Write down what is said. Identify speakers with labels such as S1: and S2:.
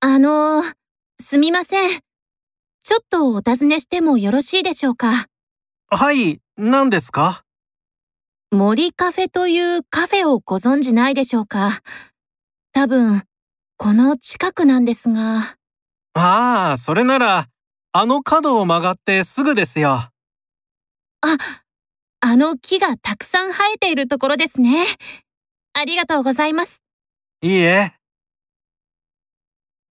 S1: あのー、すみません。ちょっとお尋ねしてもよろしいでしょうか。
S2: はい、何ですか
S1: 森カフェというカフェをご存知ないでしょうか。多分、この近くなんですが。
S2: ああ、それなら、あの角を曲がってすぐですよ。
S1: あ、あの木がたくさん生えているところですね。ありがとうございます。
S2: いいえ、